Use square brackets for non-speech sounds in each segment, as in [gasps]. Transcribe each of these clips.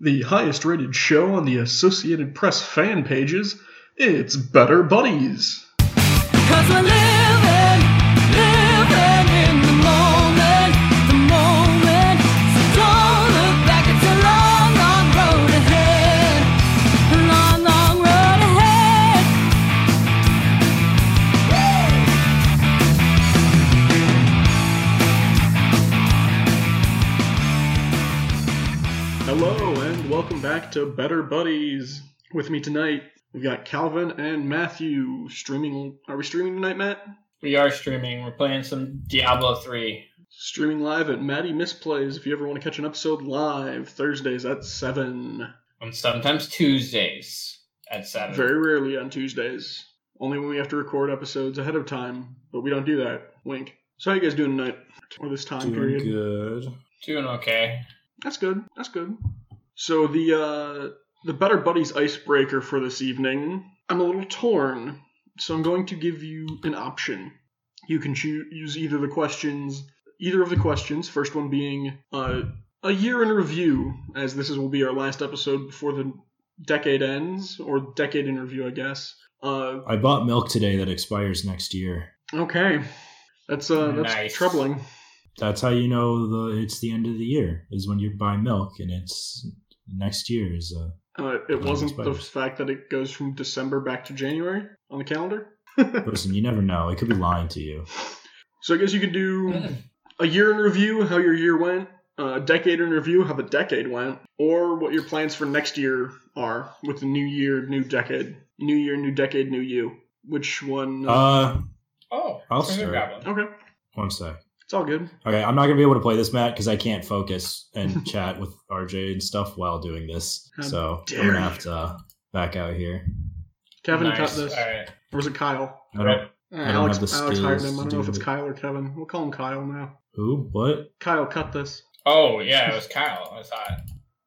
the highest rated show on the Associated Press fan pages, it's Better Buddies. Cause we're living, living in the moment, the moment. So don't look back, it's a long, long road ahead. Long, long road ahead. Hello, and welcome back to Better Buddies. With me tonight, we've got Calvin and Matthew streaming. Are we streaming tonight, Matt? We are streaming. We're playing some Diablo 3. Streaming live at Maddie Misplays if you ever want to catch an episode live, Thursdays at 7. And sometimes Tuesdays at 7. Very rarely on Tuesdays. Only when we have to record episodes ahead of time, but we don't do that. Wink. So how you guys doing tonight? Or this time period? good. Doing okay. [clears throat] That's good. That's good. So the uh, the Better Buddies icebreaker for this evening, I'm a little torn, so I'm going to give you an option. You can choose use either the questions, either of the questions. First one being uh, a year in review, as this is will be our last episode before the decade ends, or decade in review, I guess. Uh, I bought milk today that expires next year. okay, that's uh, that's Nice. troubling. That's how you know the it's the end of the year is when you buy milk and it's next year is uh Uh, it Oh, wasn't the spiders. fact that it goes from December back to January on the calendar. listen, you never know. It could be lying to you. So I guess you could do a year in review, how your year went, a decade in review, how the decade went, or what your plans for next year are with the new year, new decade, new year, new decade, new you. Which one? Uh Oh, I'll so we're start. grabbing. okay, one sec. it's all good. Okay, I'm not gonna be able to play this Matt because I can't focus [laughs] and chat with RJ and stuff while doing this. How so dare I'm you. gonna have to uh, back out here. Kevin nice. cut this, All right. or was it Kyle? I don't, Uh, don't Alex, have the Alex hired skills him. I don't to know if do it's it. Kyle or Kevin. We'll call him Kyle now. who? What? Kyle, cut this. Oh, yeah, it was Kyle. I thought.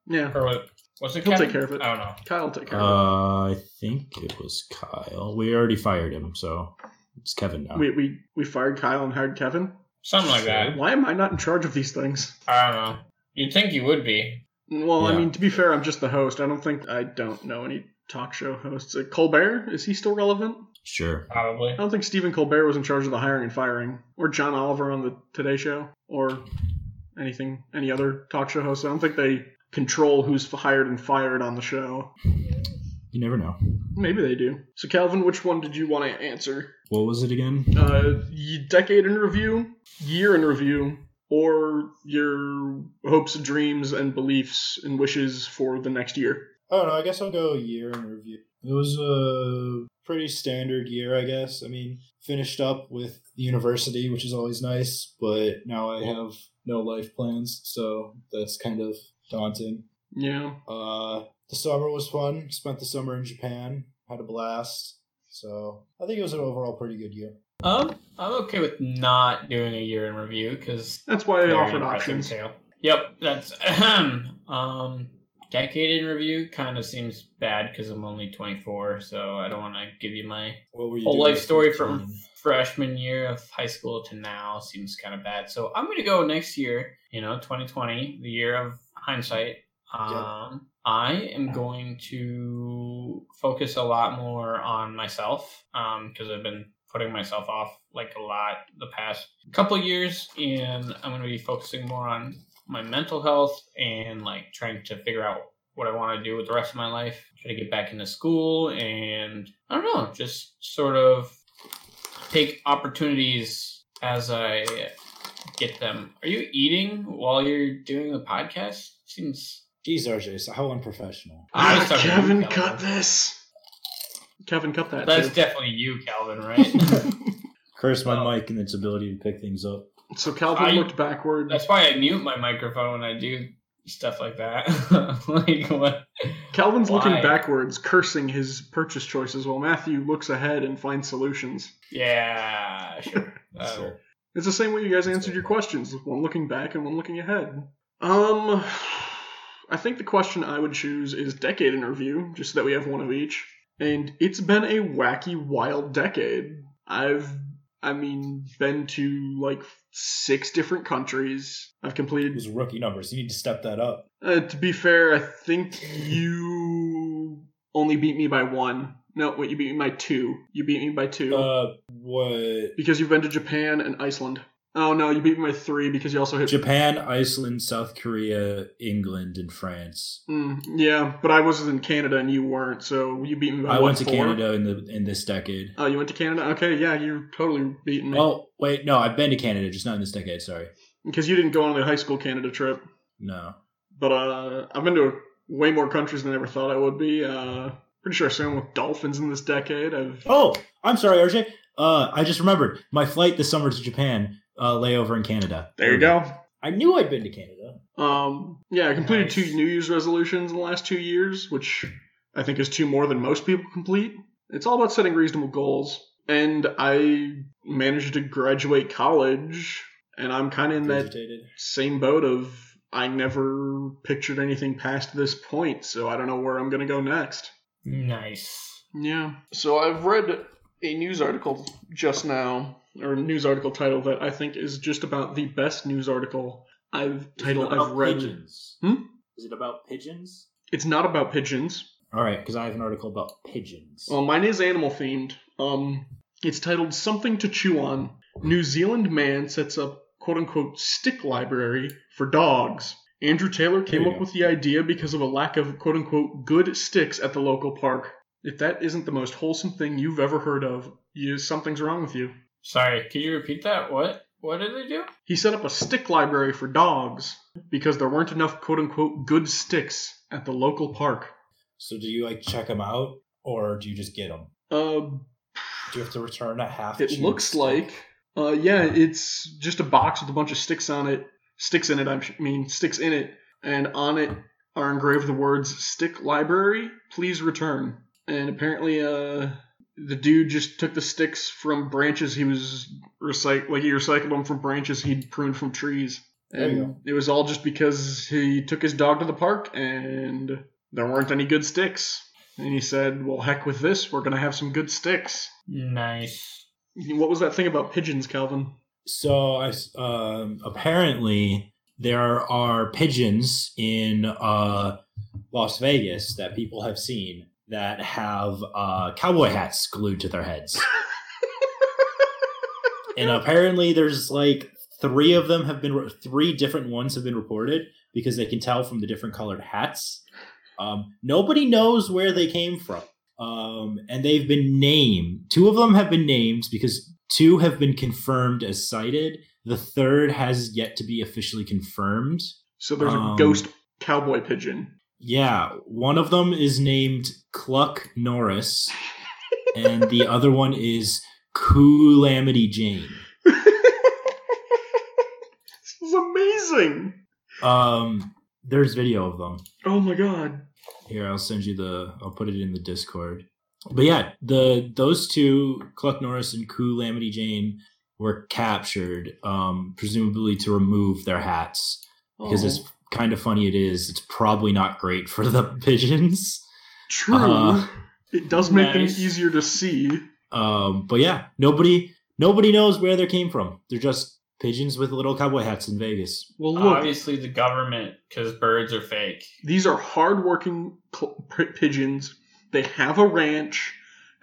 Yeah, Or was, was it He'll Kevin? take care of it. I don't know. Kyle, will take care of Uh I think it was Kyle. We already fired him, so it's Kevin now. it. We, we we fired Kyle and hired Kevin. Something like that. Why am I not in charge of these things? I don't know. You'd think you would be. Well, I Yeah. mean, to be fair, I'm just the host. I don't think I don't know any talk show hosts. Uh, Colbert is he still relevant? Sure. Probably. I don't think Stephen Colbert was in charge of the hiring and firing, or John Oliver on the Today Show, or anything any other talk show host. I don't think they control who's hired and fired on the show. You never know. Maybe they do. So, Calvin, which one did you want to answer? What was it again? Uh, y- decade in review, year in review, or your hopes, dreams, and beliefs and wishes for the next year? I don't know. Oh, I guess I'll go a year in review. It was a pretty standard year, I guess. I mean, finished up with university, which is always nice, but now I have no life plans, so that's kind of daunting. Yeah. Uh, the summer was fun. Spent the summer in Japan. Had a blast. So I think it was an overall pretty good year. Um, I'm okay with not doing a year in review because That's why I Very offered impressive options. too. Yep, that's um decade in review kind of seems bad because I'm only 24, so I don't want to give you my What were you? whole doing life at story from 15? freshman year of high school to now. Seems kind of bad, so I'm gonna go next year. You know, 2020, the year of hindsight. Um, I am going to focus a lot more on myself because I've been putting myself off like a lot the past couple years, and I'm going to be focusing more on my mental health and like trying to figure out what I want to do with the rest of my life. Try to get back into school, and I don't know, just sort of take opportunities as I get them. Are you eating while you're doing the podcast? Seems Jeez, RJ, so how unprofessional. I was Ah, talking to Kevin, Calvin. cut this. Kevin, cut that. That's too. definitely you, [laughs] Calvin, right? Curse my uh, Oh. mic and its ability to pick things up. so Calvin I- looked backward. That's why I mute my microphone when I do stuff like that. [laughs] like what? Calvin's Why? looking backwards, cursing his purchase choices, while Matthew looks ahead and finds solutions. [laughs] Yeah, sure. Oh. Uh, Sure. It's the same way you guys answered your questions: one looking back and one looking ahead. Um, I think the question I would choose is decade in review, just so that we have one of each. And it's been a wacky, wild decade. I've I mean, been to like six different countries. I've It completed. was rookie numbers. You need to step that up. Uh, to be fair, I think you only beat me by one. No, wait, you beat me by two. You beat me by two Uh, what? because you've been to Japan and Iceland. Oh no, you beat me by three because you also hit. Japan, Iceland, South Korea, England, and France. Mm, yeah, but I was in Canada and you weren't, so you beat me by. I what, went to four? Canada in the in this decade. Oh, you went to Canada? Okay, yeah, you totally beaten me Oh wait, no, I've been to Canada, just not in this decade. Sorry, because you didn't go on the high school Canada trip. no. But uh, I've been to way more countries than I ever thought I would be. Uh, pretty sure I swam with dolphins in this decade. I've Oh, I'm sorry, RJ. Uh, I just remembered my flight this summer to Japan. Uh, layover in Canada. there you go. I knew I'd been to Canada. Um, yeah, I completed Nice. two New Year's resolutions in the last two years, which I think is two more than most people complete. It's all about setting reasonable goals. And I managed to graduate college, and I'm kind of in that Vegetated. same boat of I never pictured anything past this point, so I don't know where I'm going to go next. Nice. Yeah. So I've read a news article just now, or a news article title that I think is just about the best news article I've title I've read. Pigeons. Hmm? Is it about pigeons? It's not about pigeons. All right, because I have an article about pigeons. Well, Uh, mine is animal themed. Um, it's titled "Something to Chew On." New Zealand man sets up "quote unquote" stick library for dogs. Andrew Taylor There came you up go. with the idea because of a lack of "quote unquote" good sticks at the local park. If that isn't the most wholesome thing you've ever heard of, you something's wrong with you. Sorry, can you repeat that? What? What did they do? He set up a stick library for dogs because there weren't enough "quote unquote" good sticks at the local park. So do you like check them out, or do you just get them? Uh, Do you have to return a half? It chewed looks stick? like, uh, yeah, it's just a box with a bunch of sticks on it, sticks in it. I mean, sticks in it, and on it are engraved the words "Stick Library, please return." And apparently, uh, the dude just took the sticks from branches he was recyc like he recycled them from branches he'd pruned from trees, There you and it was all just because he took his dog to the park and there weren't any good sticks. And he said, "Well, heck with this. We're gonna have some good sticks." Nice. What was that thing about pigeons, Calvin? So I s- um, apparently there are pigeons in uh, Las Vegas that people have seen that have uh, cowboy hats glued to their heads, and apparently there's like three of them have been re- three different ones have been reported because they can tell from the different colored hats. Um, nobody knows where they came from. Um, and they've been named. Two of them have been named because two have been confirmed as sighted. The third has yet to be officially confirmed. So there's a Um, ghost cowboy pigeon. [laughs] Yeah, one of them is named Cluck Norris, and the other one is Coolamity Jane. This is amazing. Um, there's video of them. Oh my god. Here, I'll send you the. I'll put it in the Discord. But yeah, the those two, Cluck Norris and Koo Lamity Jane, were captured, um, presumably to remove their hats because Oh, as kind of funny it is, it's probably not great for the [laughs] pigeons. true. uh, it does make Nice. them easier to see. Um, but yeah, nobody nobody knows where they came from. They're just pigeons with little cowboy hats in Vegas. Well, look, Obviously, the government, because birds are fake. these are hardworking cl- p- pigeons. They have a ranch,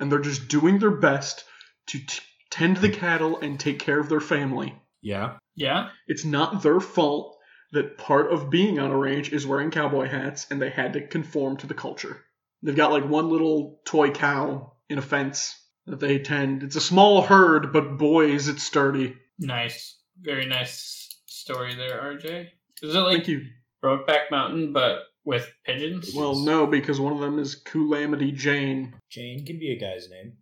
and they're just doing their best to t- tend the cattle and take care of their family. Yeah, Yeah. It's not their fault that part of being on a ranch is wearing cowboy hats and they had to conform to the culture. They've got like one little toy cow in a fence that they tend. It's a small herd, but boy is it sturdy. Nice. Very nice story there, RJ. Is it Thank like you. Brokeback Mountain, but with pigeons? Well, no, because one of them is Coolamity Jane. Jane can be a guy's name.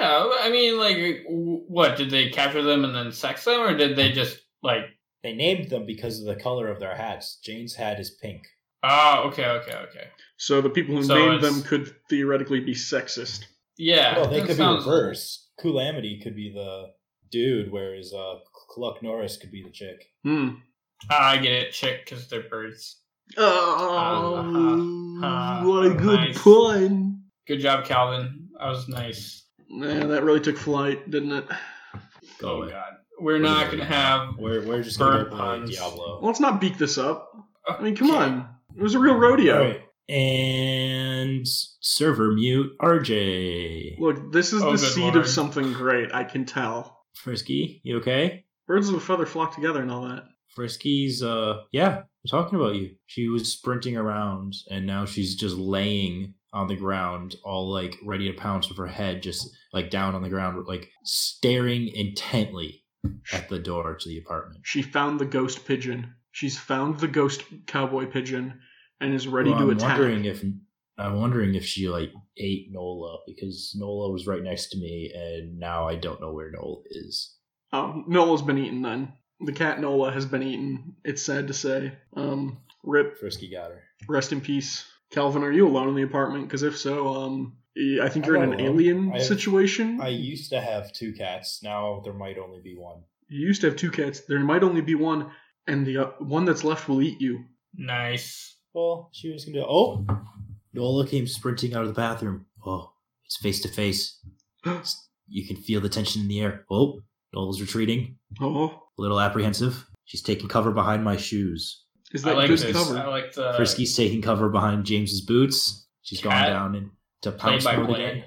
Yeah, I mean, like, w- what? Did they capture them and then sex them, or did they just, like, They named them because of the color of their hats. Jane's hat is pink. oh, okay, okay, okay. So the people who So named it's- them could theoretically be sexist. Yeah. Well, they that could sounds- be reverse. Coolamity could be the dude, whereas uh, Cluck Norris could be the chick. Hmm. Ah, I get it, chick, because they're birds. Oh, ah, what a good nice. pun. Good job, Calvin. That was nice. Man, that really took flight, didn't it? Go oh away. god, we're not gonna have. We're, we're just going to Bird go play puns. Diablo. Let's not beat this up. I mean, come on. It was a real rodeo. All right. And server mute RJ. Look, this is Oh, the good seed lord. of something great. I can tell. Frisky, you okay? Birds of a feather flock together and all that. Frisky's, uh, yeah, I'm talking about you. She was sprinting around and now she's just laying on the ground, all like ready to pounce with her head just like down on the ground, like staring intently at the door to the apartment. She found the ghost pigeon. She's found the ghost cowboy pigeon and is ready Well, to I'm attack. wondering if I'm wondering if she like ate Nola because Nola was right next to me, and now I don't know where Nola is. Um, Nola's been eaten then. The cat Nola has been eaten. It's sad to say. Um, rip, Frisky got her. rest in peace. Calvin, are you alone in the apartment? Because if so, um, I think you're in I'm an not alone. alien I have- situation. I used to have two cats. Now there might only be one. You used to have two cats. There might only be one, and the uh, one that's left will eat you. Nice. Well, she was gonna. Oh, Nola came sprinting out of the bathroom. Oh, it's face to [gasps] face. It's- You can feel the tension in the air. Oh, Nola's retreating, Oh, a little apprehensive. She's taking cover behind my shoes. is I that like good this. cover? I like Uh, the Frisky's taking cover behind James's boots. She's going Cat. down and to play pounce by mode play. again.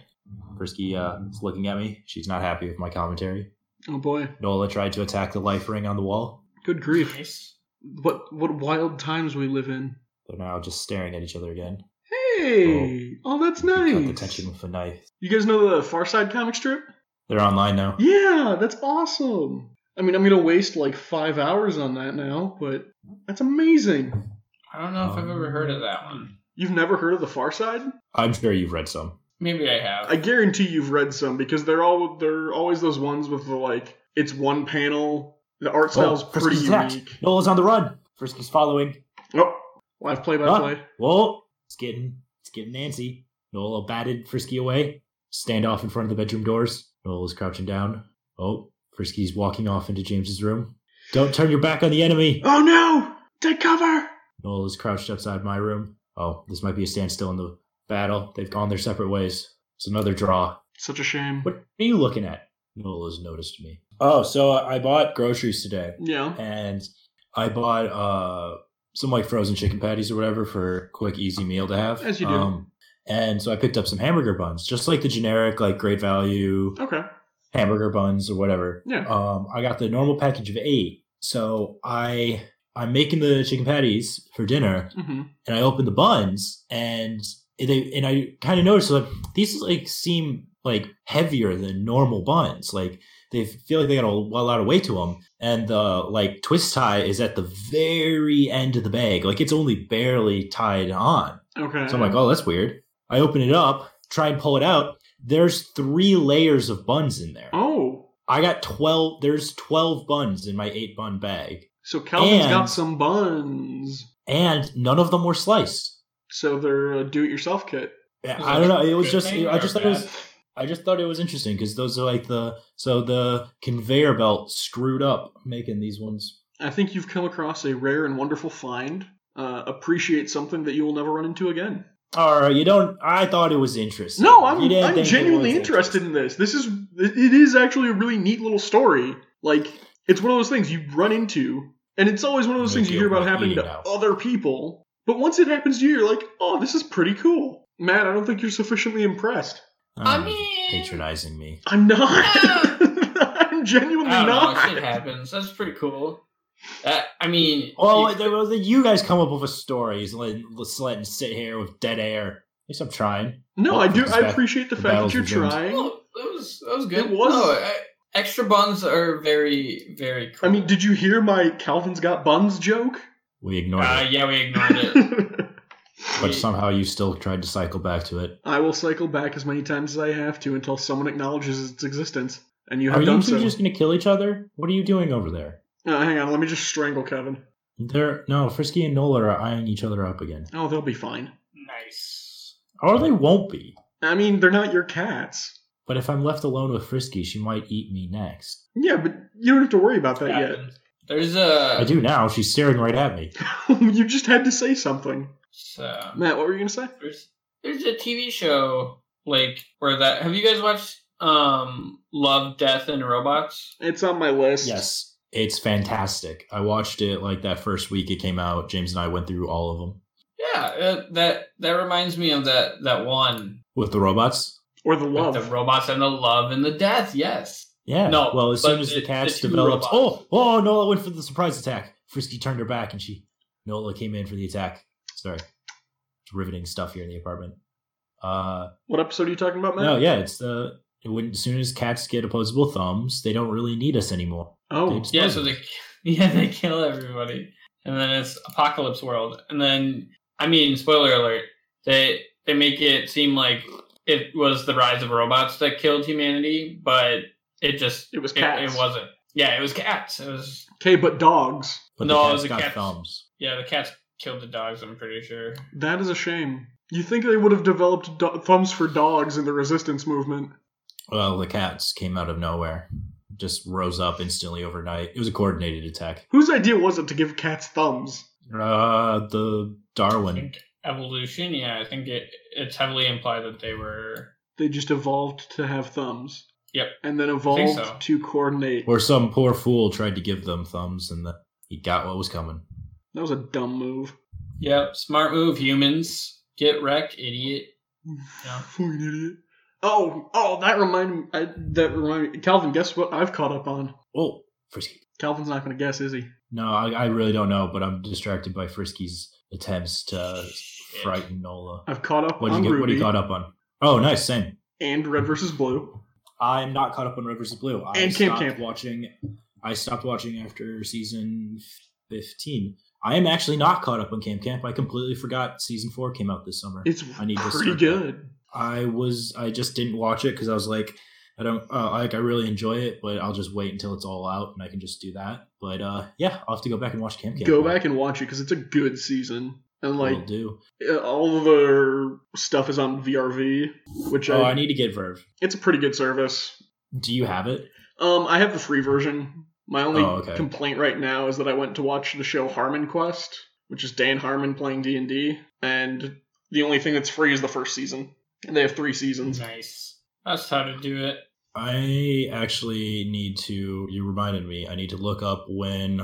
Frisky uh, is looking at me. She's not happy with my commentary. Oh boy, Nola tried to attack the life ring on the wall. good grief! Nice. What what wild times we live in. They're now just staring at each other again. Hey, oh, that's They nice. Cut the tension with a knife. You guys know the Far Side comic strip? They're online now. Yeah, that's awesome. I mean, I'm gonna waste like five hours on that now, but that's amazing. I don't know if I've ever heard of that one. You've never heard of the Far Side? I'm sure you've read some. Maybe I have. I guarantee you've read some because they're all they're always those ones with the like it's one panel. The art style's pretty Frisky's attacked. unique. Nola's on the run. Frisky's following. Oh, live play by play. Whoa! It's getting it's getting Nancy. Nola batted Frisky away. Stand off in front of the bedroom doors. Nola's crouching down. Oh, Frisky's walking off into James's room. Don't turn your back on the enemy. Oh no! Take cover! Nola's crouched outside my room. Oh, this might be a standstill in the battle. They've gone their separate ways. It's another draw. Such a shame. What are you looking at? Nola's noticed me. Oh, so I I bought groceries today, Yeah. and I bought uh some like frozen chicken patties or whatever for a quick, easy meal to have. Um, As you do. and so I picked up some hamburger buns, just like the generic, like great value Okay. hamburger buns or whatever. Yeah. Um, I got the normal package of eight. So I I'm making the chicken patties for dinner, hmm and I opened the buns and they and I kind of noticed like these like seem like heavier than normal buns. Like they feel like they got a, a lot of weight to them, and the like twist tie is at the very end of the bag. Like it's only barely tied on. Okay. So I'm like, oh, that's weird. I open it up, try and pull it out. There's three layers of buns in there. Oh, I got twelve. There's twelve buns in my eight bun bag, so Calvin's And- got some buns. and none of them were sliced. So they're a do-it-yourself kit. Yeah, Was I that don't know. It a was good just. thing I or just a thought it was. bad thing? I just thought it was interesting because those are like the. So the conveyor belt screwed up making these ones. I think you've come across a rare and wonderful find. Uh, appreciate something that you will never run into again. All right, you don't. I thought it was interesting. No, You I'm, didn't I'm think it genuinely was interested in this. This is it is actually a really neat little story. Like it's one of those things you run into, and it's always one of those Make things you you hear about want happening to eating now. other people. But once it happens to you, you're like, oh, this is pretty cool. Matt, I don't think you're sufficiently impressed. Oh, I mean- patronizing me. I'm not. [laughs] I'm genuinely I don't know. not. Shit happens. That's pretty cool. Uh, I mean, Well, it- there was you guys come up with a story. Just letting, just letting sit here with dead air. At least I'm trying. No, I do. It's I back- appreciate the the fact that battle's you're resumed. trying. well, that was that was good. It was. No, I- extra buns are very very. I Cool. mean, did you hear my Calvin's got buns joke? We ignored Uh, it, yeah, we [laughs] ignored it. but somehow you still tried to cycle back to it. I will cycle back as many times as I have to until someone acknowledges its existence, and you have Are you done two so. just going to kill each other? What are you doing over there? Uh, hang on, let me just strangle Kevin. They're no Frisky and Nola are eyeing each other up again, Oh, they'll be fine. nice. or they won't be. I mean, they're not your cats. But if I'm left alone with Frisky, she might eat me next. Yeah, but you don't have to worry about that yet. Happens. There's I a do now. She's staring right at me. [laughs] you just had to say something. so, Matt, what were you going to say? there's there's a TV show like where that have you guys watched um, Love, Death, and Robots? It's on my list. Yes, it's fantastic. I watched it like that first week it came out. James and I went through all of them Yeah, uh, that that reminds me of that that one with the robots. Or the with love. the robots and the love and the death. Yes. Yeah. No, Well, as soon but as the- the cats the two developed, robots. oh, oh, Nola went for the surprise attack. Frisky turned her back, and she Nola came in for the attack. Sorry, it's riveting stuff here in the apartment. Uh, what episode are you talking about, Matt? No, Oh, yeah, it's the when as soon as cats get opposable thumbs, they don't really need us anymore. Oh, It's Yeah, fun. so they [laughs] yeah they kill everybody, and then it's apocalypse world, and then I mean spoiler alert they they make it seem like it was the rise of robots that killed humanity, but it just it was it, cats. it wasn't. Yeah, it was cats. It was Okay, but dogs. but No, the cats the got cats- thumbs. yeah the cats killed the dogs. I'm pretty sure. That is a shame. You think they would have developed do- thumbs for dogs in the resistance movement? Well, the cats came out of nowhere, just rose up instantly overnight. It was a coordinated attack. Whose idea was it to give cats thumbs? Uh, the I Darwin. think evolution. Yeah, I think it it's heavily implied that they were. They just evolved to have thumbs. Yep. And then think evolved so. to coordinate. Or some poor fool tried to give them thumbs, and the, he got what was coming. That was a dumb move. Yep, smart move, humans. Get wrecked, idiot. [laughs] Yeah. Fucking idiot. Oh, oh, that reminded me. I, that reminded me. Calvin, guess what I've caught up on? Oh, Frisky. Calvin's not going to guess, is he? No, I, I really don't know, but I'm distracted by Frisky's attempts to frighten Nola. I've caught up What did on you get? Ruby What do you caught up on? Oh, nice, same. and Red versus Blue. I'm not caught up on Red vs. Blue. I And Camp stopped Camp. watching. I stopped watching after season 15. I am actually not caught up on Camp Camp. I completely forgot season four came out this summer. It's I need to pretty start that. good. I was I just didn't watch it because I was like I don't uh, like I really enjoy it, but I'll just wait until it's all out and I can just do that. But uh, yeah, I'll have to go back and watch Camp Camp. Go back and watch it because it's a good season. And Will like do. uh, all of their stuff is on VRV, which Oh, I, I need to get Verve. it's a pretty good service. Do you have it? Um, I have the free version. My only Oh, okay. complaint right now is that I went to watch the show Harmon Quest, which is Dan Harmon playing D and D, and the only thing that's free is the first season. And they have three seasons. Nice. That's how to do it. I actually need to. You reminded me. I need to look up when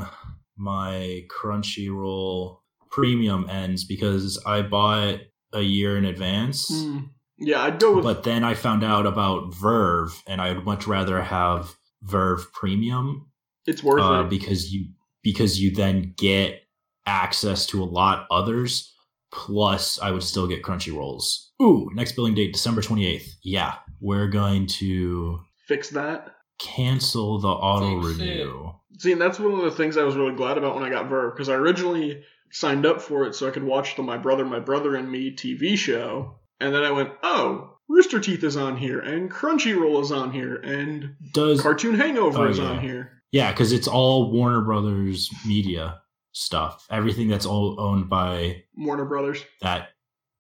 my Crunchyroll premium ends because I bought a year in advance. Hmm. Yeah, I'd go with But then I found out about Verve, and I'd much rather have Verve Premium it's worth uh, it. because you because you then get access to a lot others. Plus, I would still get Crunchyrolls. Ooh, next billing date December twenty eighth. Yeah, we're going to Fix that. cancel the auto Fix it. renew. See, and that's one of the things I was really glad about when I got Verve, because I originally signed up for it so I could watch the My Brother, My Brother and Me TV show, and then I went, oh, Rooster Teeth is on here, and Crunchyroll is on here, and Does Cartoon Hangover Oh, is yeah. on here. yeah, because it's all Warner Brothers media stuff. Everything that's all owned by Warner Brothers. that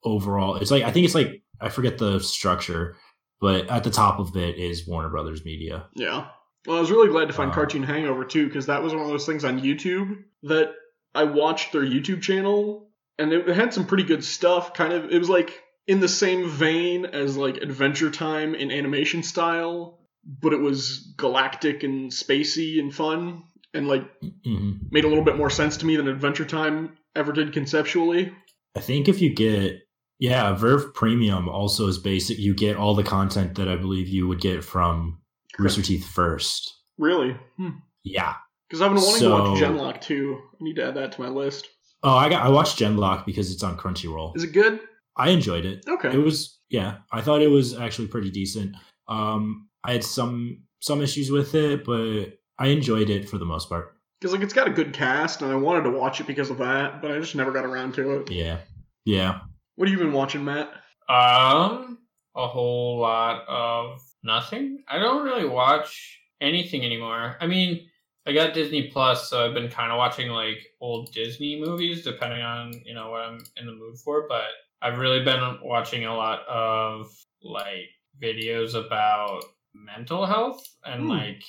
overall. It's like I think it's like I forget the structure, but at the top of it is Warner Brothers media. Yeah. Well, I was really glad to find Wow. Cartoon Hangover too, because that was one of those things on YouTube that I watched their YouTube channel, and it had some pretty good stuff. Kind of, it was like in the same vein as like Adventure Time in animation style, but it was galactic and spacey and fun, and like hmm made a little bit more sense to me than Adventure Time ever did conceptually. I think if you get yeah, Verve Premium also is basic. You get all the content that I believe you would get from Rooster Teeth first. Really? Because Yeah. I've been wanting to watch So- Genlock too. I need to add that to my list. Oh, I got I watched Genlock because it's on Crunchyroll. Is it Oh, good? I enjoyed it. Okay. It was yeah. I thought it was actually pretty decent. Um, I had some some issues with it, but I enjoyed it for the most part. Because like it's got a good cast, and I wanted to watch it because of that, but I just never got around to it. Yeah, yeah. What have you been watching, Matt? Um, a whole lot of nothing. I don't really watch anything anymore. I mean, I got Disney Plus, so I've been kind of watching like old Disney movies, depending on you know what I'm in the mood for. But I've really been watching a lot of like videos about mental health and Hmm. like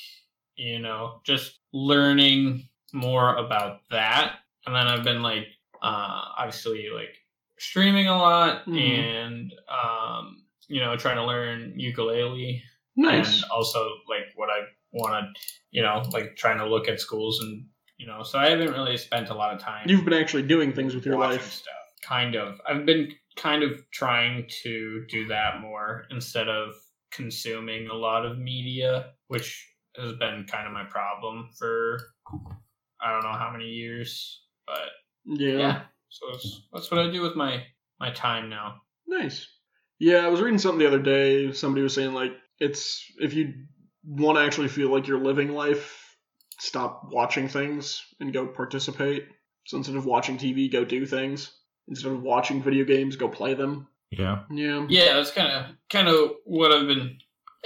you know just learning more about that. And then I've been like, uh, obviously like streaming a lot Mhm. and um, you know trying to learn ukulele Nice. and also like what I want to, you know, like trying to look at schools and you know. So I haven't really spent a lot of time. You've been actually doing things with your watching life. stuff. Kind of. I've been kind of trying to do that more instead of consuming a lot of media, which has been kind of my problem for I don't know how many years, but Yeah. yeah. So that's, that's what I do with my my time now. Nice. Yeah, I was reading something the other day. Somebody was saying like it's if you want to actually feel like you're living life, stop watching things and go participate. So instead of watching TV, go do things. Instead of watching video games, go play them. Yeah. Yeah. Yeah, that's kind of kind of what I've been.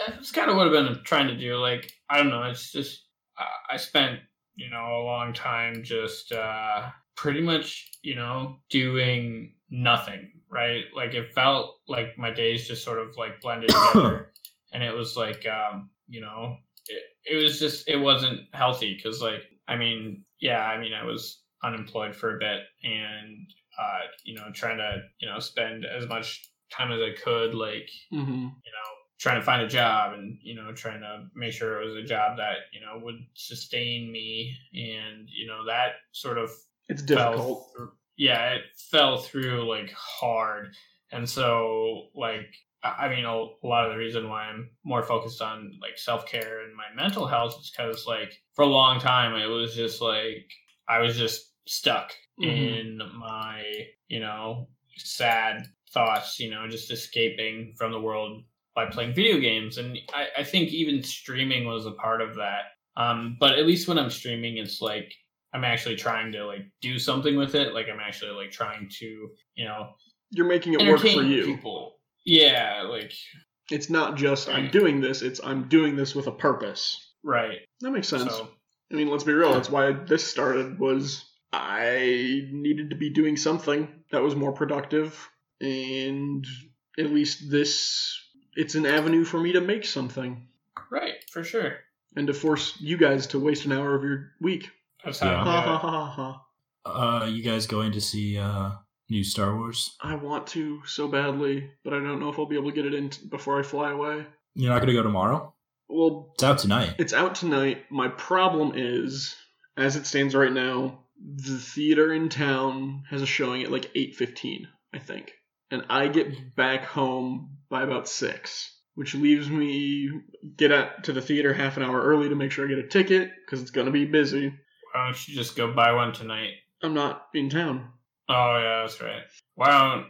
That's kind of what I've been trying to do. Like I don't know. It's just I, I spent you know a long time just uh, pretty much you know doing nothing. Right. Like it felt like my days just sort of like blended together, and it was like um, you know it, it was just it wasn't healthy because like I mean yeah I mean I was unemployed for a bit and uh, you know, trying to, you know, spend as much time as I could, like, hmm you know, trying to find a job and, you know, trying to make sure it was a job that, you know, would sustain me. And, you know, that sort of It's fell difficult. thr- yeah, it fell through like hard. And so, like, I I mean, a a lot of the reason why I'm more focused on like self care and my mental health is because, like, for a long time, it was just like I was just stuck Mm-hmm. in my, you know, sad thoughts, you know, just escaping from the world by playing video games. And I, I think even streaming was a part of that. Um, but at least when I'm streaming, it's like I'm actually trying to like do something with it. Like I'm actually like trying to, you know, You're making it work entertain for you. people. Yeah, like It's not just I'm Right. doing this. It's I'm doing this with a purpose. right. That makes sense. So I mean, let's be real. That's why this started was I needed to be doing something that was more productive, and at least this it's an avenue for me to make something right, for sure. and to force you guys to waste an hour of your week. That's how Ha Yeah. I do ha [laughs] it. ha ha ha. Uh, you guys going to see uh new Star Wars? I want to so badly, but I don't know if I'll be able to get it in t- before I fly away. You're not gonna go tomorrow? Well, It's out tonight. It's out tonight. My problem is, as it stands right now, the theater in town has a showing at like 8:15, I think. And I get back home by about 6, which leaves me get out to the theater half an hour early to make sure I get a ticket cuz it's going to be busy. Why don't you just go buy one tonight? I'm not in town. Oh yeah, that's right. Why don't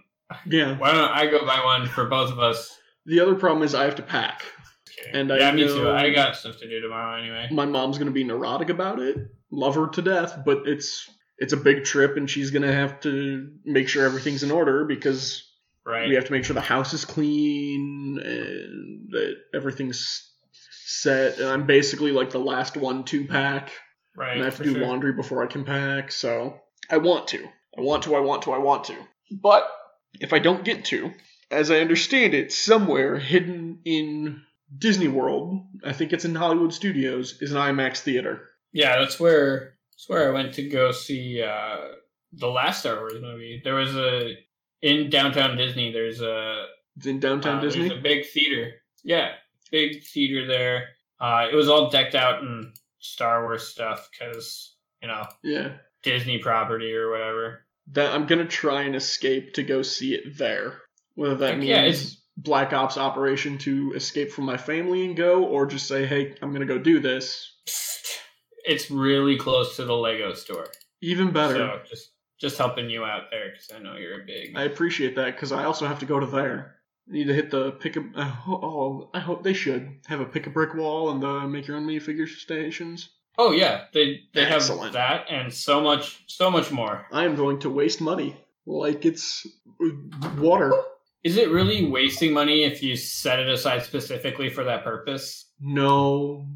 Yeah. why don't I go buy one for both of us? The other problem is I have to pack. Just kidding. And I yeah, me know- too. I got stuff to do tomorrow anyway. my mom's gonna be neurotic about it love her to death but it's it's a big trip and she's gonna have to make sure everything's in order because Right. we have to make sure the house is clean and that everything's set and i'm basically like the last one to pack Right. and i have to for do sure. laundry before i can pack so i want to i want to i want to i want to but if i don't get to as i understand it somewhere hidden in disney world i think it's in hollywood studios is an imax theater Yeah, that's where that's where I went to go see uh, the last Star Wars movie. There was a in downtown Disney. There's a It's in uh, downtown there's Disney. a big theater. Yeah, big theater there. Uh, it was all decked out in Star Wars stuff because you know yeah, Disney property or whatever. that I'm gonna try and escape to go see it there. Whether that Heck means yeah, Black Ops Operation to escape from my family and go, or just say, "Hey, I'm gonna go do this." It's really close to the Lego store. Even better. So just just helping you out there because I know you're a big. I appreciate that because I also have to go to there. I need to hit the pick a. I ho- oh, I hope they should have a pick a brick wall and the make your own minifigure stations. oh yeah, they they have Excellent. that and so much so much more. I am going to waste money like it's uh, water. Is it really wasting money if you set it aside specifically for that purpose? No.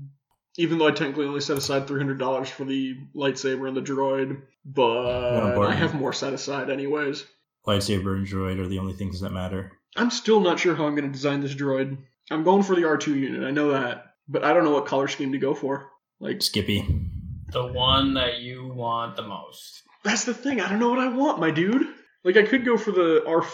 Even though I technically only set aside three hundred dollars for the lightsaber and the droid, but bargain. I have more set aside anyways. Lightsaber and droid are the only things that matter. I'm still not sure how I'm going to design this droid. I'm going for the R2 unit. I know that, but I don't know what color scheme to go for. Like Skippy. The one that you want the most. that's the thing. I don't know what I want, my dude. Like I could go for the R.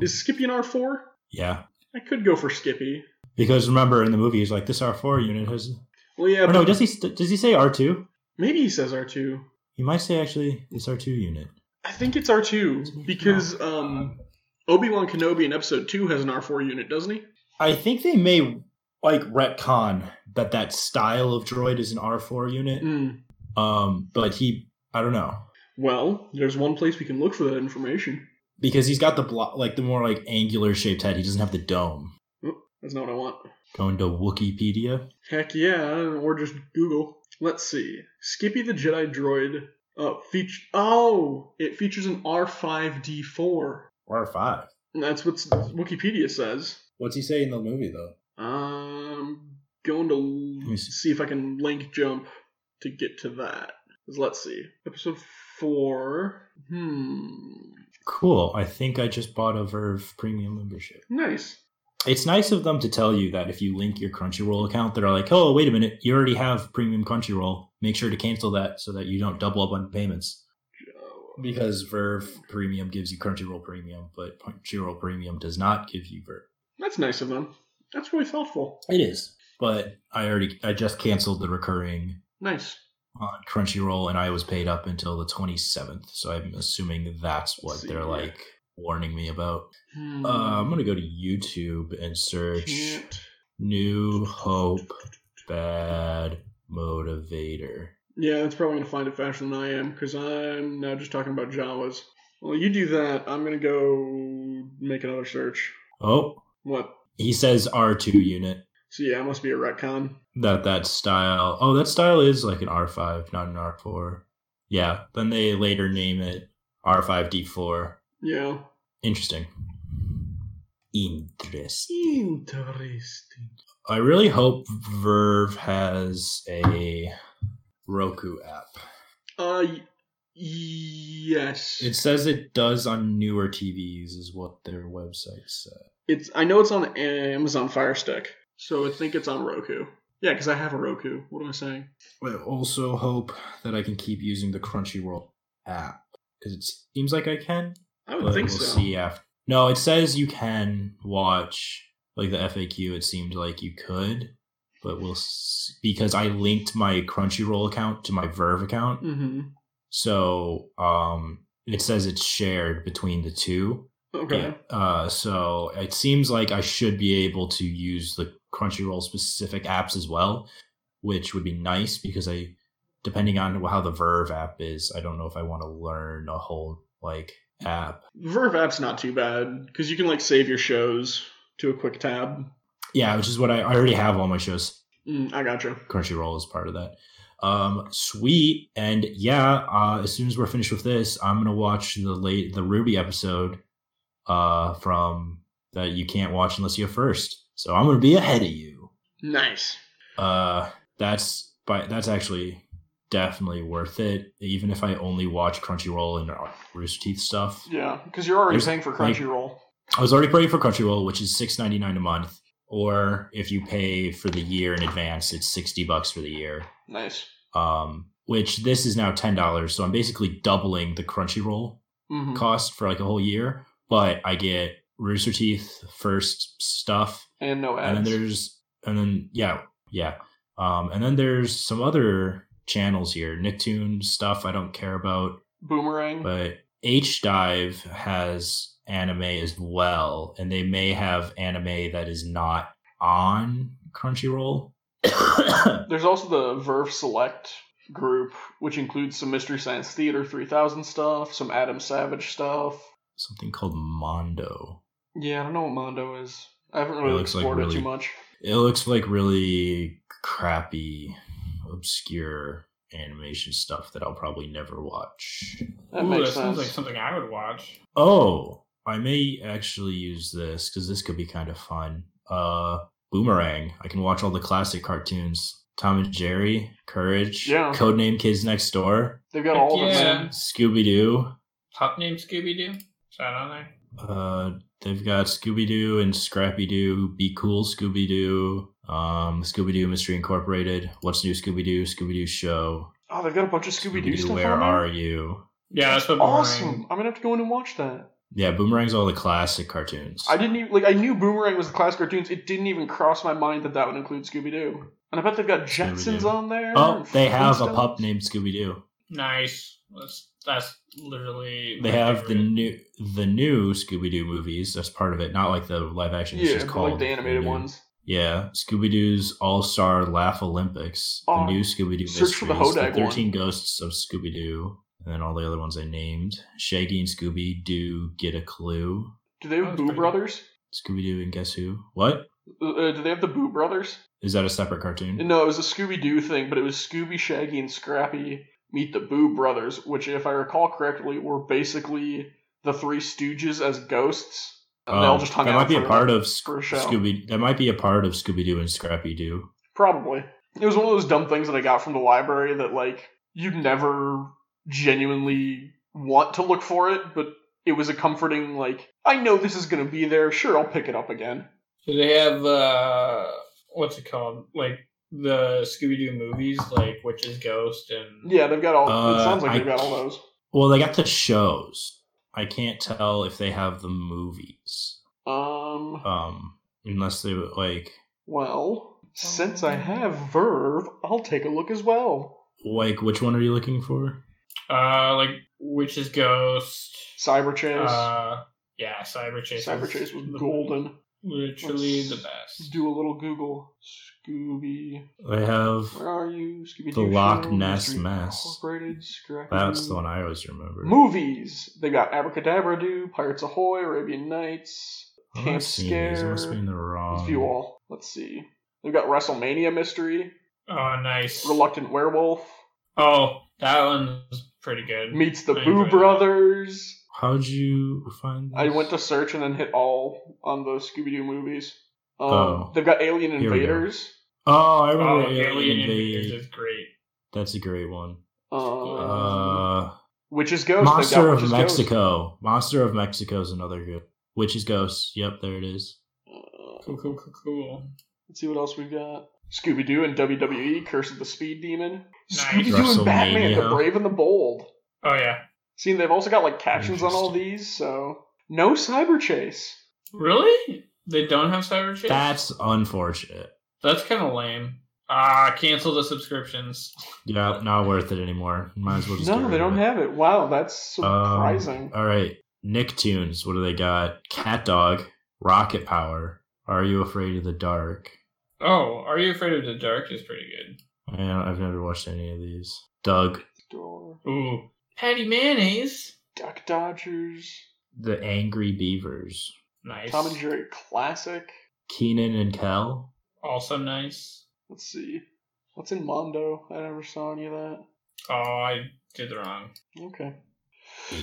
Is Skippy an R4? Yeah. I could go for Skippy. Because remember, in the movie, he's like, "This R four unit has." Well, yeah, Or but Oh, no, does he st- does he say R two? maybe he says R2. He might say actually this R two unit. I think it's R2 because um, Obi Wan Kenobi in Episode Two has an R4 unit, doesn't he? I think they may like retcon that that style of droid is an R four unit. Mm. Um, but he, I don't know, Well, there's one place we can look for that information. because he's got the block like the more like angular shaped head. He doesn't have the dome. That's not what I want. Going to Wikipedia. Heck yeah, or just Google. Let's see. Skippy the Jedi Droid. Uh, feature. Oh, it features an R5D4. R five. And That's what Wikipedia says. What's he say in the movie though? Um, going to me l- see. see if I can link jump to get to that. 'Cause Let's see. Episode four. Hmm. Cool. I think I just bought a Verve premium membership. Nice. It's nice of them to tell you that if you link your Crunchyroll account, they're like, "Oh, wait a minute, you already have premium Crunchyroll. Make sure to cancel that so that you don't double up on payments." Because Verve Premium gives you Crunchyroll Premium, but Crunchyroll Premium does not give you Verve. That's nice of them. That's really thoughtful. It is, but I already I just canceled the recurring Nice. on Crunchyroll, and I was paid up until the twenty seventh. So I'm assuming that's what see they're here. like warning me about. Hmm. Uh, I'm gonna go to YouTube and search Can't- "New Hope Bad Motivator." Yeah, that's probably gonna find it faster than I am because I'm now just talking about Jawas. Well, you do that. I'm gonna go make another search. Oh, What? he says R two unit. So yeah, it must be a retcon. That that style. Oh, that style is like an R five, not an R four. Yeah. Then they later name it R five D four. Yeah. Interesting. Interesting. Interesting. I really hope Verve has a Roku app. Uh, y- yes. It says it does on newer TVs, is what their website said. It's I know it's on Amazon Fire Stick, so I think it's on Roku. Yeah, because I have a Roku. What am I saying? I also hope that I can keep using the Crunchyroll app because it seems like I can. I But would think we'll so. see after. No, it says you can watch like the FAQ. It seemed like you could, but we'll s- because I linked my Crunchyroll account to my Verve account. Mm-hmm. So um, it says it's shared between the two. Okay. Yeah. Uh, so it seems like I should be able to use the Crunchyroll specific apps as well, which would be nice because I, depending on how the Verve app is, I don't know if I want to learn a whole like app. Verve app's not too bad because you can like save your shows to a quick tab. Yeah, which is what I, I already have all my shows. Mm, I gotcha. Crunchyroll is part of that. Um, sweet, and yeah. Uh, as soon as we're finished with this, I'm gonna watch the late the Ruby episode, uh, from that you can't watch unless you're first. So I'm gonna be ahead of you. Nice. uh that's but that's actually definitely worth it even if i only watch crunchyroll and rooster teeth stuff Yeah, because you're already There's- paying for like- Crunchyroll. i was already paying for crunchyroll which is 6.99 a month or if you pay for the year in advance it's 60 bucks for the year nice. um which this is now $10 so i'm basically doubling the crunchyroll hmm cost for like a whole year but i get rooster teeth first stuff And no ads. and then there's and then yeah yeah um and then there's some other channels here nicktoon stuff i don't care about Boomerang. but h dive has anime as well and they may have anime that is not on crunchyroll [coughs] There's also the Verve Select group, which includes some Mystery Science Theater 3000 stuff, some Adam Savage stuff. something called mondo Yeah, I don't know what Mondo is. I haven't It really looks like explored it really- too much. it looks like really crappy obscure animation stuff that i'll probably never watch That Ooh, makes that sounds sense. like something I would watch. Oh, I may actually use this because this could be kind of fun. Uh, Boomerang. I can watch all the classic cartoons: Tom and Jerry, Courage, Yeah. Codename Kids Next Door, They've got all of Heck it, yeah. man. Scooby Doo. Top name Scooby Doo. Is that on there? Uh, they've got Scooby Doo and Scrappy Doo, Be Cool Scooby Doo, um, Scooby Doo Mystery Incorporated, What's New Scooby Doo, Scooby Doo Show, Oh, they've got a bunch of Scooby Doo stuff Where on there. Are You? Yeah, that's what Awesome! boring. I'm gonna have to go in and watch that. Yeah, Boomerang's all the classic cartoons. I didn't even like. I knew Boomerang was the classic cartoons. It didn't even cross my mind that that would include Scooby Doo. And I bet they've got Jetsons Scooby-Doo. on there. oh, and they have a Flintstones. pup named Scooby Doo. Nice. That's that's literally. They my have the favorite. new the new Scooby Doo movies. That's part of it, not like the live action. It's Yeah, just but, called like the animated Scooby-Doo. ones. Yeah, Scooby Doo's All Star Laugh Olympics, the Oh, new Scooby Doo search for the Hodag one. Thirteen Ghosts of Scooby Doo, and then all the other ones I named: Shaggy and Scooby Doo Get a Clue, Do they have That was Boo pretty- Brothers? Scooby Doo and Guess Who? What Uh, uh, do they have the Boo Brothers? is that a separate cartoon? No, it was a Scooby Doo thing, but it was Scooby, Shaggy, and Scrappy meet the Boo Brothers, which, if I recall correctly, were basically the Three Stooges as ghosts. And they all Um, just hung that out might be for, a part of for a show. Scooby. That might be a part of Scooby Doo and Scrappy Doo. Probably. It was one of those dumb things that I got from the library that, like, you'd never genuinely want to look for it, but it was a comforting, like, I know this is going to be there. Sure, I'll pick it up again. Do they have uh, what's it called? Like the Scooby Doo movies, like Witch's Ghost and Yeah, they've got all. it Uh, sounds like I- they've got all those. Well, they got the shows. I can't tell if they have the movies, Um. um, unless they like Well, since I have Verve, I'll take a look as well. like which one are you looking for? uh, like Witch's Ghost. Cyber Chase. Uh, yeah, Cyber Chase. Cyber was Chase was the- golden. Literally the best. Do a little Google. Scooby, They have. where are you? Scooby The Loch Ness Mess. Incorporated, Scrappy. That's the one I always remember. Movies. They got Abracadabra Do, Pirates Ahoy, Arabian Nights, I'm not Camp seeing these. Oh, I Scare. must be in the wrong. View all. Let's see. They've got WrestleMania Mystery, Oh, nice. Reluctant Werewolf, Oh, that one was pretty good. Meets the I Boo enjoyed that. Brothers. How'd you find? This? I went to search and then hit all on the Scooby Doo movies. Um, Oh. They've got Alien Here we go. Invaders. Oh, I remember. Oh, Alien Alien Invaders Invade. is great. That's a great one. Um, Uh, Witch's Ghost. they've Monster got of Witch's Mexico. Monster of Mexico is another good. Witch's Ghost. Yep, there it is. Ghost. Uh, Cool, cool, cool, cool. let's see what else we've got. Scooby Doo and WWE, Curse of the Speed Demon. Nice. Scooby Doo and Batman, The WrestleMania. Brave and the Bold. Oh yeah, See, they've also got like captions on all Interesting. these, so. No Cyber Chase. really? They don't have Cyber Chase. That's unfortunate. That's kind of lame. Ah, cancel the subscriptions. Yeah, not worth it anymore. Might as well just. get No, rid they of don't it. have it. Wow, that's Um, surprising. all right, Nicktoons. What do they got? Cat Dog. Rocket Power. Are you afraid of the dark? Oh, Are You Afraid of the Dark is pretty good. I don't, I've never watched any of these. Doug, Door. Ooh, Patty Mayonnaise. Duck Dodgers. the Angry Beavers, Nice. Tom and Jerry Classic. Keenan and Kel. Also nice. Let's see. What's in Mondo? I never saw any of that. Oh, I did the wrong. Okay.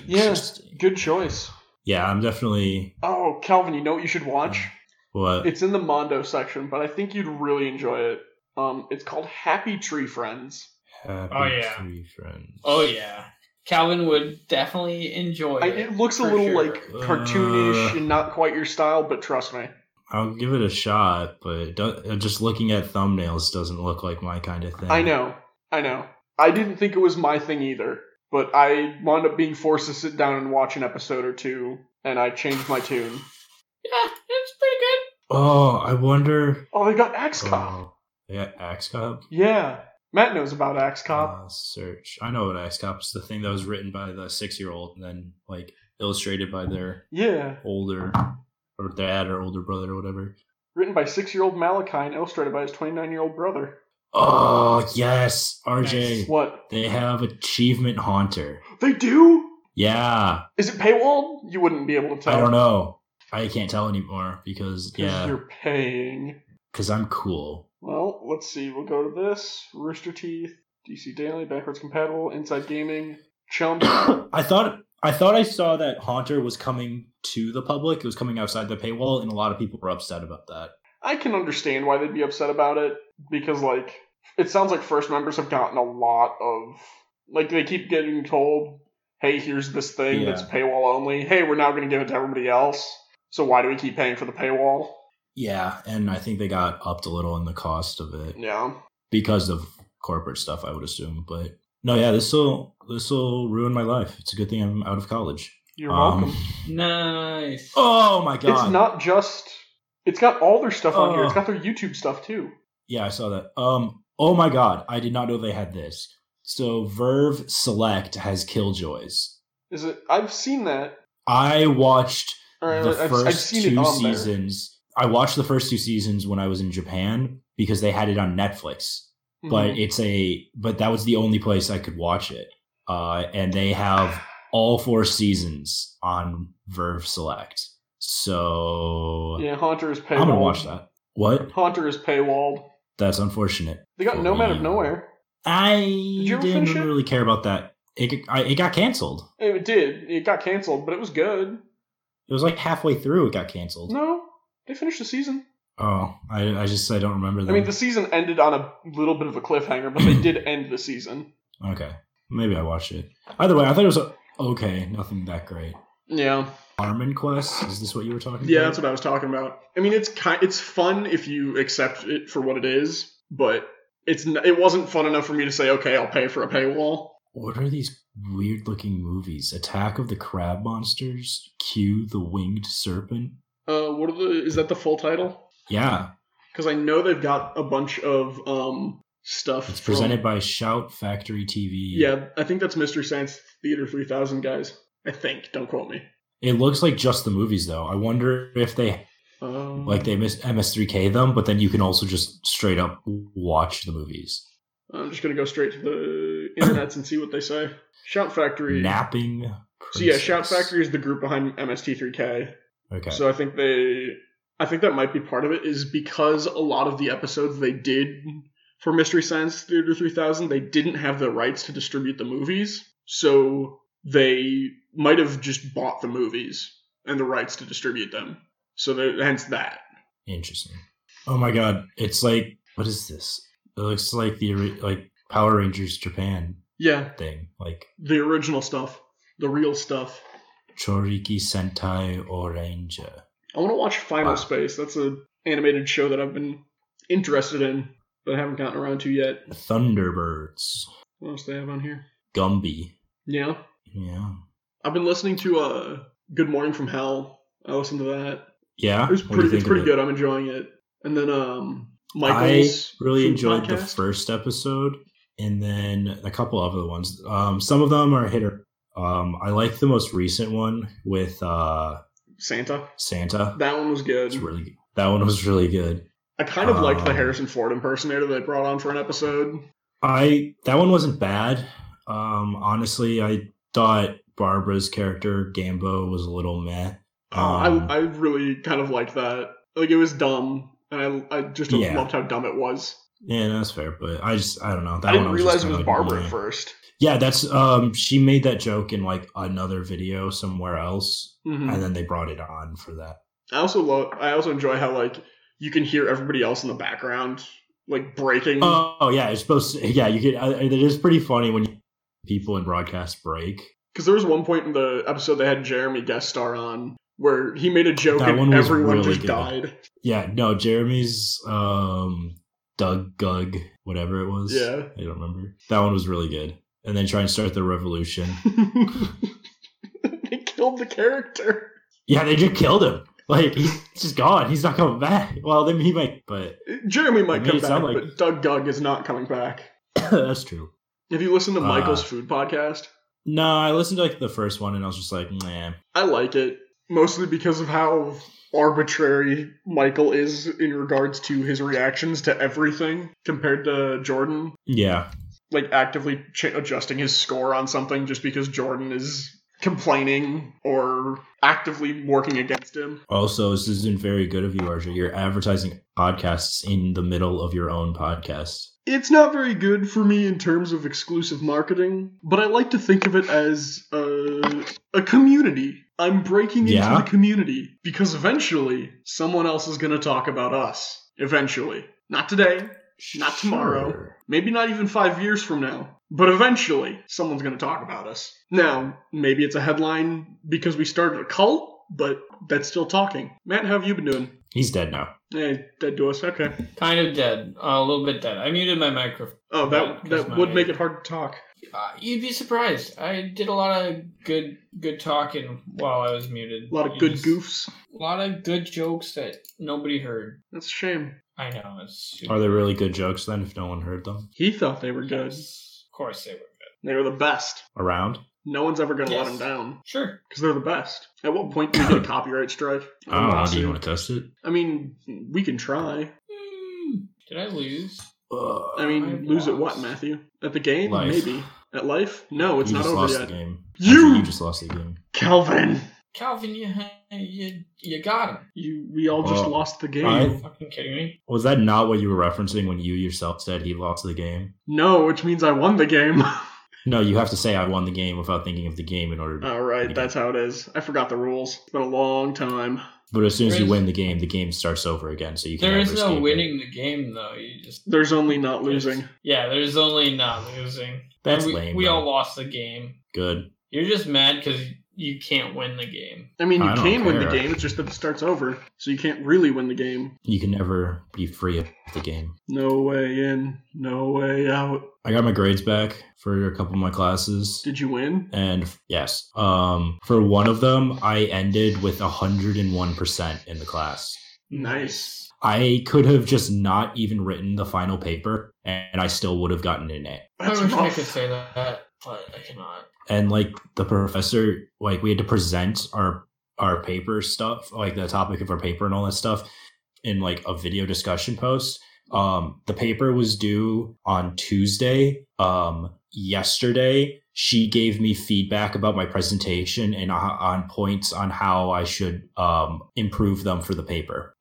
Yeah. Interesting. Good choice. Yeah, I'm definitely Oh, Calvin, you know what you should watch? what It's in the Mondo section, but I think you'd really enjoy it. Um, it's called Happy Tree Friends. happy Oh, yeah. Tree friends. Oh yeah, Calvin would definitely Oh, enjoy I, it. it looks a for little sure. like cartoonish Uh. and not quite your style, but trust me. I'll give it a shot, but it do- uh, just looking at thumbnails doesn't look like my kind of thing. I know. I know. I didn't think it was my thing either, but I wound up being forced to sit down and watch an episode or two, and I changed my tune. [laughs] Yeah, it's pretty good. Oh, I wonder. Oh, they got Axe Cop. Oh, yeah, Axe Cop. Yeah. Matt knows about Axe Cop. Uh, search. I know what Axe Cop is. The thing that was written by the six-year-old and then like illustrated by their Yeah. older or dad or older brother or whatever. Written by six year old Malachi and illustrated by his 29 year old brother. Oh yes, RJ. Nice. What? They have achievement haunter. They do? Yeah, Is it paywalled? You wouldn't be able to tell. I don't know. I can't tell anymore because 'Cause yeah, you're paying. because I'm cool. Well, let's see. We'll go to this Rooster Teeth, DC Daily, Backwards Compatible, Inside Gaming, Chump. I thought I thought I saw that haunter was coming to the public. It was coming outside the paywall, and a lot of people were upset about that. I can understand why they'd be upset about it because, like, it sounds like first members have gotten a lot of. Like, they keep getting told, hey, here's this thing Yeah. that's paywall only. Hey, we're now going to give it to everybody else. So why do we keep paying for the paywall? Yeah, and I think they got upped a little in the cost of it Yeah. because of corporate stuff. I would assume, but no, yeah, this will this will ruin my life. It's a good thing I'm out of college. You're Um, welcome. Nice. Oh my god! It's not just. It's got all their stuff on here. It's Oh. got their YouTube stuff too. Yeah, I saw that. Um, oh my god, I did not know they had this. So Verve Select has Killjoys. Is it? I've seen that. I watched Or the I've, 1st I've seen it two on seasons. I watched the first two seasons when I was in Japan because they had it on Netflix. there. But Mhm. it's a but that was the only place I could watch it. Uh, and they have all four seasons on Verve Select. So yeah, Haunter is paywalled. I'm gonna watch that. What? Haunter is paywalled. That's unfortunate. They got Nomad of Yeah. Nowhere. I you ever didn't finish it? really care about that. It I, it got canceled. It did. It got canceled, but it was good. It was like halfway through it got canceled. No, they finished the season. Oh, I, I just I don't remember that. I mean, the season ended on a little bit of a cliffhanger, but they [clears throat] did end the season. okay, maybe I watched it. Either way, I thought it was uh, okay. Nothing that great. Yeah, Armin Quest is this what you were talking yeah, about? that's what I was talking about. I mean, it's kind, it's fun if you accept it for what it is, but it's n- it wasn't fun enough for me to say, okay, I'll pay for a paywall. What are these weird looking movies? Attack of the Crab Monsters, Cue the Winged Serpent. Uh, what are the? Is that the full title? Yeah, Because I know they've got a bunch of um stuff. it's from- presented by Shout Factory TV. Yeah, I think that's Mystery Science Theater three thousand guys. I think. Don't quote me. it looks like just the movies though. I wonder if they Um, like they miss MS3K them, but then you can also just straight up watch the movies. I'm just gonna go straight to the internets and see what they say. Shout Factory. Napping. So yeah, Shout Princess. Factory is the group behind MST3K. Okay. So I think they, I think that might be part of it is because a lot of the episodes they did for Mystery Science Theater 3000, they didn't have the rights to distribute the movies, so they might have just bought the movies and the rights to distribute them. So that, hence that. Interesting. Oh my god, it's like what is this? It looks like the ori- like Power Rangers Japan Yeah, thing, like the original stuff, the real stuff. Choriki Sentai Oranger. I want to watch Final Wow. Space. That's a animated show that I've been interested in, but I haven't gotten around to yet. Thunderbirds, What else do they have on here? Gumby. Yeah, Yeah. I've been listening to uh, "Good Morning from Hell." I listened to that. Yeah. It was What do pretty. you think It's of pretty it? good. I'm enjoying it. And then um, I Michael's really food enjoyed the podcast. first episode, and then a couple other ones. Um, some of them are hitter. Um, I like the most recent one with uh, Santa. Santa. That one was good. It's really good. that one was really good. I kind of liked the Um, Harrison Ford impersonator they brought on for an episode. I that one wasn't bad. Um, honestly, I thought Barbara's character Gambo was a little meh. Um, Oh, I I really kind of liked that. Like it was dumb, and I I just Yeah. loved how dumb it was. yeah, that's fair, but I just I don't know. That I didn't one realize just it was kinda Barbara meh. at first. Yeah, that's um. She made that joke in like another video somewhere else, Mhm. and then they brought it on for that. I also love. I also enjoy how like you can hear everybody else in the background like breaking. Oh, oh, yeah, it's supposed to. Yeah, you get. uh, It is pretty funny when you, people in broadcast break. Because there was one point in the episode they had Jeremy guest star on where he made a joke That one and was everyone really just good. died. Yeah, no, Jeremy's um, Doug Gug, whatever it was. Yeah. I don't remember. That one was really good. And then try and start the revolution. [laughs] they killed the character. yeah, they just killed him. Like he's just gone. He's not coming back. [laughs] Well, then he might, but [coughs] Jeremy It might made come it back, sound like- but Doug Gug is not coming back. that's true. If you listen to Uh. Michael's food podcast, No, I listened to like the first one and I was just like, nah. I like it mostly because of how arbitrary Michael is in regards to his reactions to everything compared to Jordan. Yeah, like actively ch- adjusting his score on something just because Jordan is complaining or actively working against him. Also, this isn't very good of you, Archer. You're advertising podcasts in the middle of your own podcast. It's not very good for me in terms of exclusive marketing, but I like to think of it as a, a community. I'm breaking into Yeah. the community because eventually someone else is going to talk about us. Eventually. Not today, Not tomorrow. Sure. Maybe not even five years from now, but eventually someone's going to talk about us. Now, maybe it's a headline because we started a cult, but that's still talking. Matt, how have you been doing? He's dead now. Hey, dead to us. Okay. Kind of dead. Uh, a little bit dead. I muted my microphone. Oh, that Yeah, 'cause that my- would make it hard to talk. Uh, you'd be surprised. I did a lot of good good talking while I was muted. A lot of You good just- goofs. A lot of good jokes that nobody heard. That's a shame. I know. It's Are they really good jokes then? If no one heard them He thought they were good. Yes, Of course they were good. They were the best. around, No one's ever going to let Yes. them down Sure. because they're the best. At what point do we [coughs] get a copyright strike? I don't know. Do you Lawsuit? want to test it? I mean, we can try. Mm, Did I lose? I mean, I've lose at what, lost. Matthew? At the game? Life. Maybe. At life? No, it's you not just over lost yet. the game. You- Actually, you just lost the game. Calvin, Calvin, you you you got him. you we all just Well, lost the game. Are I- you fucking kidding me? Was that not what you were referencing when you yourself said he lost the game? No, which means I won the game. [laughs] No, you have to say I won the game without thinking of the game in order. to... all right, that's how it is. I forgot the rules. It's been a long time. but as soon as there you is- win the game, the game starts over again. So you can There never is no escape it. winning the game though. You just There's only not losing. Yeah, there's only not losing. That's And we, lame, We though. all lost the game. Good. You're just mad because you can't win the game. I mean, you I don't can win the care. game. It's just that it starts over, so you can't really win the game. You can never be free of the game. No way in, no way out. I got my grades back for a couple of my classes. Did you win? and f- yes um for one of them i ended with 101% in the class Nice. i could have just not even written the final paper and i still would have gotten an a That's I wish I rough. could say that, but I cannot. and like the professor like we had to present our our paper stuff like the topic of our paper and all that stuff in like a video discussion post um the paper was due on tuesday um yesterday she gave me feedback about my presentation and o- on points on how i should um improve them for the paper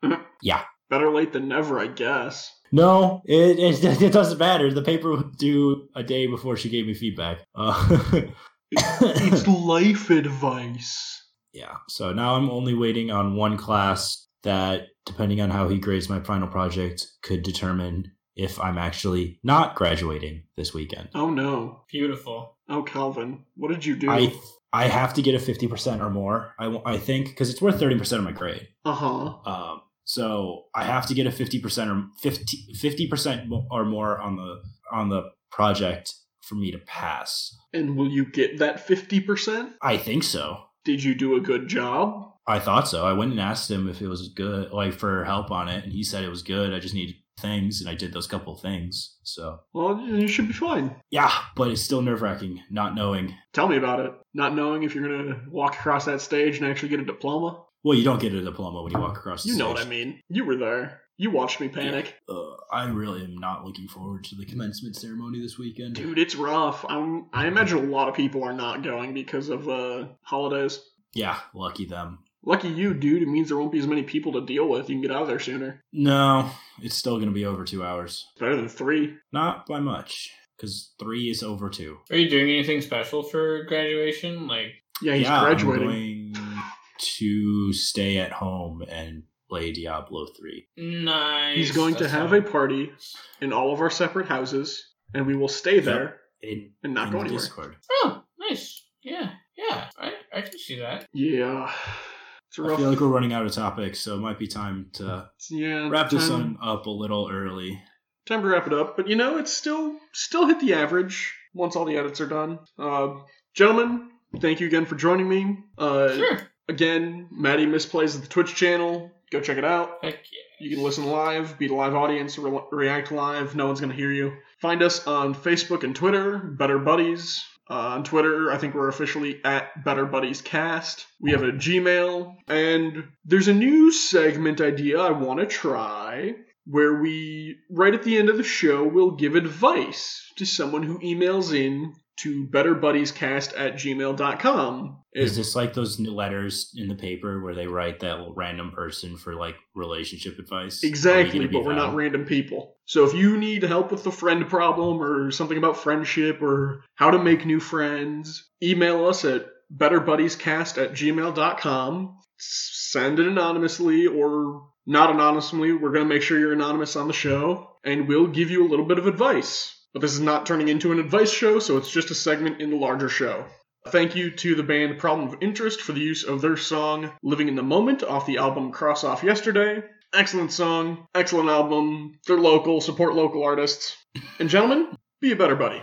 Better late than never, I guess. no it it, [laughs] it doesn't matter the paper was due a day before she gave me feedback uh, [laughs] It's life advice. yeah so now i'm only waiting on one class that depending on how he grades my final project could determine if i'm actually not graduating this weekend Oh no. Beautiful. Oh, Calvin, what did you do? i i have to get a 50% or more i, w- I think because it's worth 30% of my grade Uh huh. um, so i have to get a 50% or 50, percent or more on the on the project for me to pass And will you get that 50%? i think so Did you do a good job? I thought so. I went and asked him if it was good, like for help on it, and he said it was good. I just needed things, and I did those couple of things. So Well, you should be fine. yeah, but it's still nerve wracking not knowing. Tell me about it. Not knowing if you're going to walk across that stage and actually get a diploma? Well, you don't get a diploma when you walk across. The You know what I stage. mean. You were there. You watched me panic. Uh, I really am not looking forward to the commencement ceremony this weekend. Dude, it's rough. I'm, I imagine a lot of people are not going because of the holidays. Yeah, lucky them. Lucky you, dude. It means there won't be as many people to deal with. You can get out of there sooner. No, it's still going to be over two hours. It's better than three. Not by much, because three is over two. Are you doing anything special for graduation? Like, Yeah, he's yeah, graduating. I'm going to stay at home and play Diablo three. nice. He's going to That's have not- a party in all of our separate houses, and we will stay there In and not in go the anywhere. Discord. Oh, nice. Yeah, yeah. I, I can see that. Yeah, it's a I rough. feel like we're running out of topics, so it might be time to yeah, wrap this time, one up a little early. Time to wrap it up, but you know it's still still hit the average once all the edits are done. Uh, gentlemen, thank you again for joining me. Uh, Sure. Again, Maddie misplays at the Twitch channel. Go check it out. Heck yeah. You can listen live, be the live audience, re- react live. No one's going to hear you. Find us on Facebook and Twitter, Better Buddies. Uh, on Twitter, I think we're officially at Better Buddies Cast. We have a Gmail, and there's a new segment idea I want to try where we, right at the end of the show, will give advice to someone who emails in to betterbuddiescast at gmail.com. Is this like those new letters in the paper where they write that little random person for like relationship advice? Are we Exactly, gonna be but we're them? not random people. So if you need help with the friend problem or something about friendship or how to make new friends, email us at betterbuddiescast at gmail.com. S- Send it anonymously or not anonymously. We're going to make sure you're anonymous on the show, and we'll give you a little bit of advice. But this is not turning into an advice show, so it's just a segment in the larger show. Thank you to the band Problem of Interest for the use of their song Living in the Moment off the album Cross Off Yesterday. Excellent song, excellent album. They're local, support local artists. And gentlemen, be a better buddy.